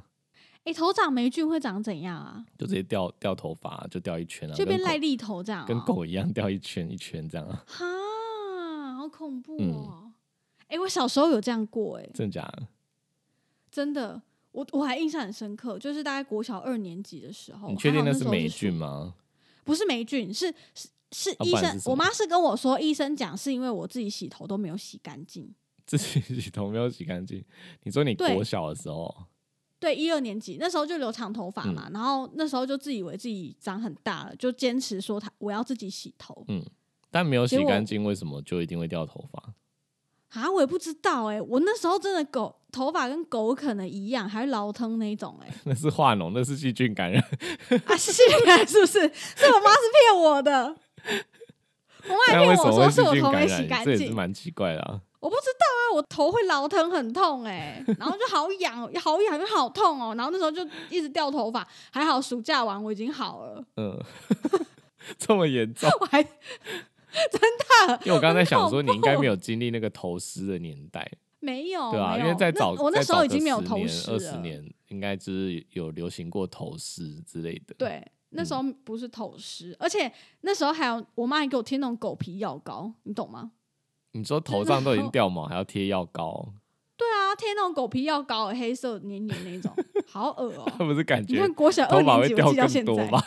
哎、头长霉菌会长怎样啊？就直接掉掉头发，就掉一圈啊，就跟变狗癞痢头这样、啊跟狗一样掉一圈一圈这样啊，哈，好恐怖嗯哦！哎、我小时候有这样过、哎，真的假的？真的，我我还印象很深刻，就是大概国小二年级的时候，你确还定好那哦啊那是时候霉暑菌吗？不是霉菌，是是是不医然生，是什么我妈是跟我说，医生讲是因为我自己洗头都没有洗干净。自己洗头没有洗干净？你说你对国小的时候，对，一二年级那时候就留长头发嗯嘛，然后那时候就自以为自己长很大了，就坚持说他我要自己洗头。但没有洗结果干净，为什么就一定会掉头发？啊，我也不知道哎、我那时候真的狗头发跟狗可能一样，还老疼那一种哎、那是化脓，那是细菌感染。啊，是啊，是 不是？是我妈是骗我的，我 妈还但为骗什我么说会是细我菌头感没洗染？干这也净是，蛮奇怪的啊。 我不知道啊，我头会老疼很痛哎、然后就好痒，好痒又好痛哦、然后那时候就一直掉头发，还好暑假完我已经好了， 嗯，这么严重？我还因为我 刚才想说，很恐你怖应该没有经历那个头虱的年代，没有对啊，哦没因有为在早那我那时候已经没有头头虱二十了，年应该就是有流行过头虱之类的。，对，那时候嗯不是头虱，而且那时候还有我妈还给我贴那种狗皮药膏，你懂吗？你说头真的上都已经好掉毛，还要贴药膏， 对啊，贴那种狗皮药膏，黑色黏黏那种，好恶哦、 那不是感你觉看国小二头发年会级，我掉记到现更多在， 吧？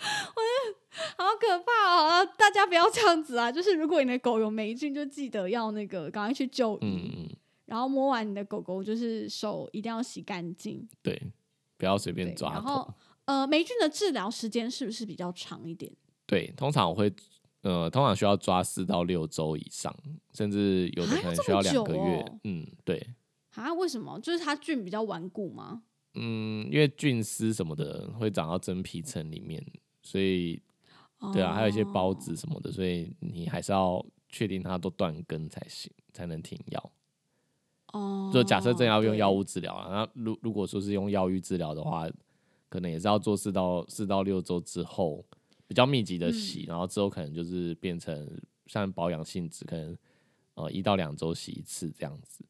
好可怕哦、啊！大家不要这样子啊！就是如果你的狗有霉菌，就记得要那个赶快去就医，嗯嗯，然后摸完你的狗狗，就是手一定要洗干净。对，不要随对便，抓然后头。呃，霉菌的治疗时间是不是比较长一点？对，通常我会呃，通常需要抓四到六周以上，甚至有的啊可能这需么要两久个月哦。嗯，对，啊？为什么？就是它菌比较顽固吗？嗯，因为菌丝什么的会长到真皮层里面，所以对啊，哦还有一些孢子什么的，所以你还是要确定它都断根才行，才能停药。哦，就假设真要用对药物治疗啊，那如如果说是用药浴治疗的话，可能也是要做四到四到六周之后比较密集的洗，嗯然后之后可能就是变成像保养性质，可能呃一到两周洗一次这样子。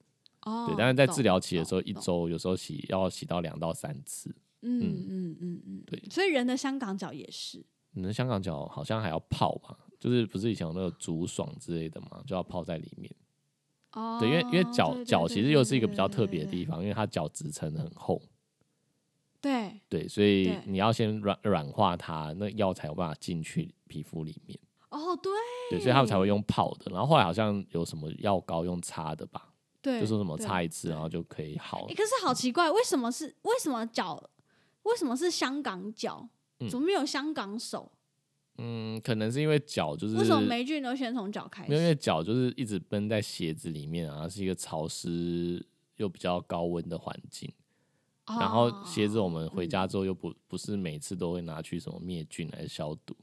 哦，对，但是在治疗期的懂时候，一，懂周有时候洗要洗到两到三次。嗯嗯嗯嗯，对所以人的香港脚也是，你们香港脚好像还要泡吧？就是不是以前有那个竹爽之类的嘛，就要泡在里面。哦，对，因为因为脚对脚其实又是一个比较特别的，对地方，因为它脚趾层很厚。对对对对对对对，所以对你要先软软化它，那药才有办法进去皮肤里面。哦，对对，所以他们才会用泡的。然后后来好像有什么药膏用擦的吧，对，就说什么对擦一次，对然后就可以好哎、。可是好奇怪，为什么是为什么脚？为什么是香港脚？嗯怎么没有香港手？嗯，可能是因为脚就是为什么霉菌都先从脚开没有，因为始？脚就是一直闷在鞋子里面啊，是一个潮湿又比较高温的环境。然后鞋哦子我们回嗯家之后又不、不是每次都会拿去什么灭菌来消毒，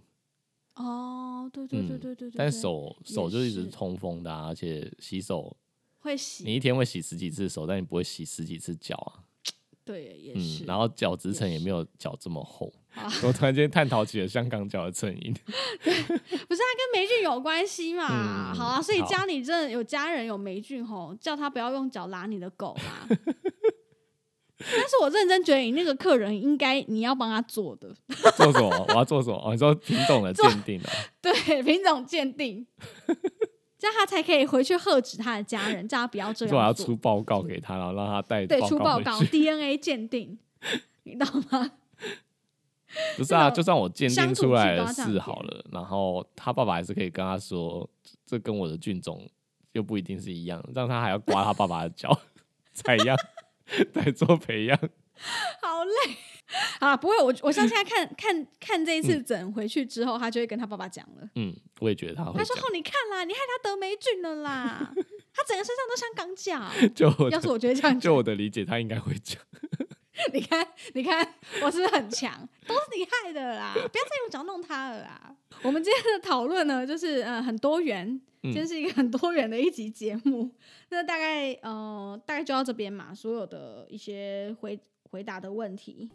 哦，哦对对对对对对嗯对但手手就一直是通风的、啊，而且洗手会洗，你一天会洗十几次手，但你不会洗十几次脚啊。对耶，也嗯是。，然后脚趾层也没有脚这么厚 啊。我突然间探讨起了香港脚的成因。不是它啊跟霉菌有关系嘛？嗯好啊，所以好家里真的有家人有霉菌吼，叫他不要用脚拉你的狗 啦。但是我认真觉得你那个客人应该你要帮他做的，做什么？我要做什么？哦，你说品种的鉴定啊？对品种鉴 定，这样他才可以回去喝止他的家人，叫他不要这你说我要样出啊做。报告给他，然后让他带对，出报回告去 DNA 鉴定，你知道吗？不是啊，那种就算我鉴定出来相了处之道这样是好了，然后他爸爸还是可以跟他说，这这跟我的菌种又不一 定是一样，让他还要刮他爸爸的脚采样，再做培养。好累啊！不会，我我相信他看看看这一次整回去之后，他就会跟他爸爸讲了。嗯，我也觉得他会他说：“讲哦，你看啦，你害他得霉菌了 啦，他整个身上都像港脚。就 我要的是我觉得这样就我的理解，他应该会讲。你看，你看，我是不是很强？都是你害的啦！不要再用脚弄他了啦！我们今天的讨论呢，就是呃很多元，嗯今天是一个很多元的一集节目。那大概呃大概就到这边嘛，所有的一些回回答的问题。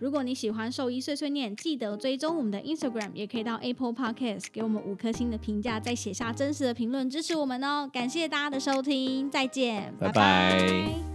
如果你喜欢兽医碎碎念，记得追踪我们的 Instagram，也可以到 Apple Podcast 给我们五颗星的评价，再写下真实的评论支持我们哦。感谢大家的收听，再见，拜拜拜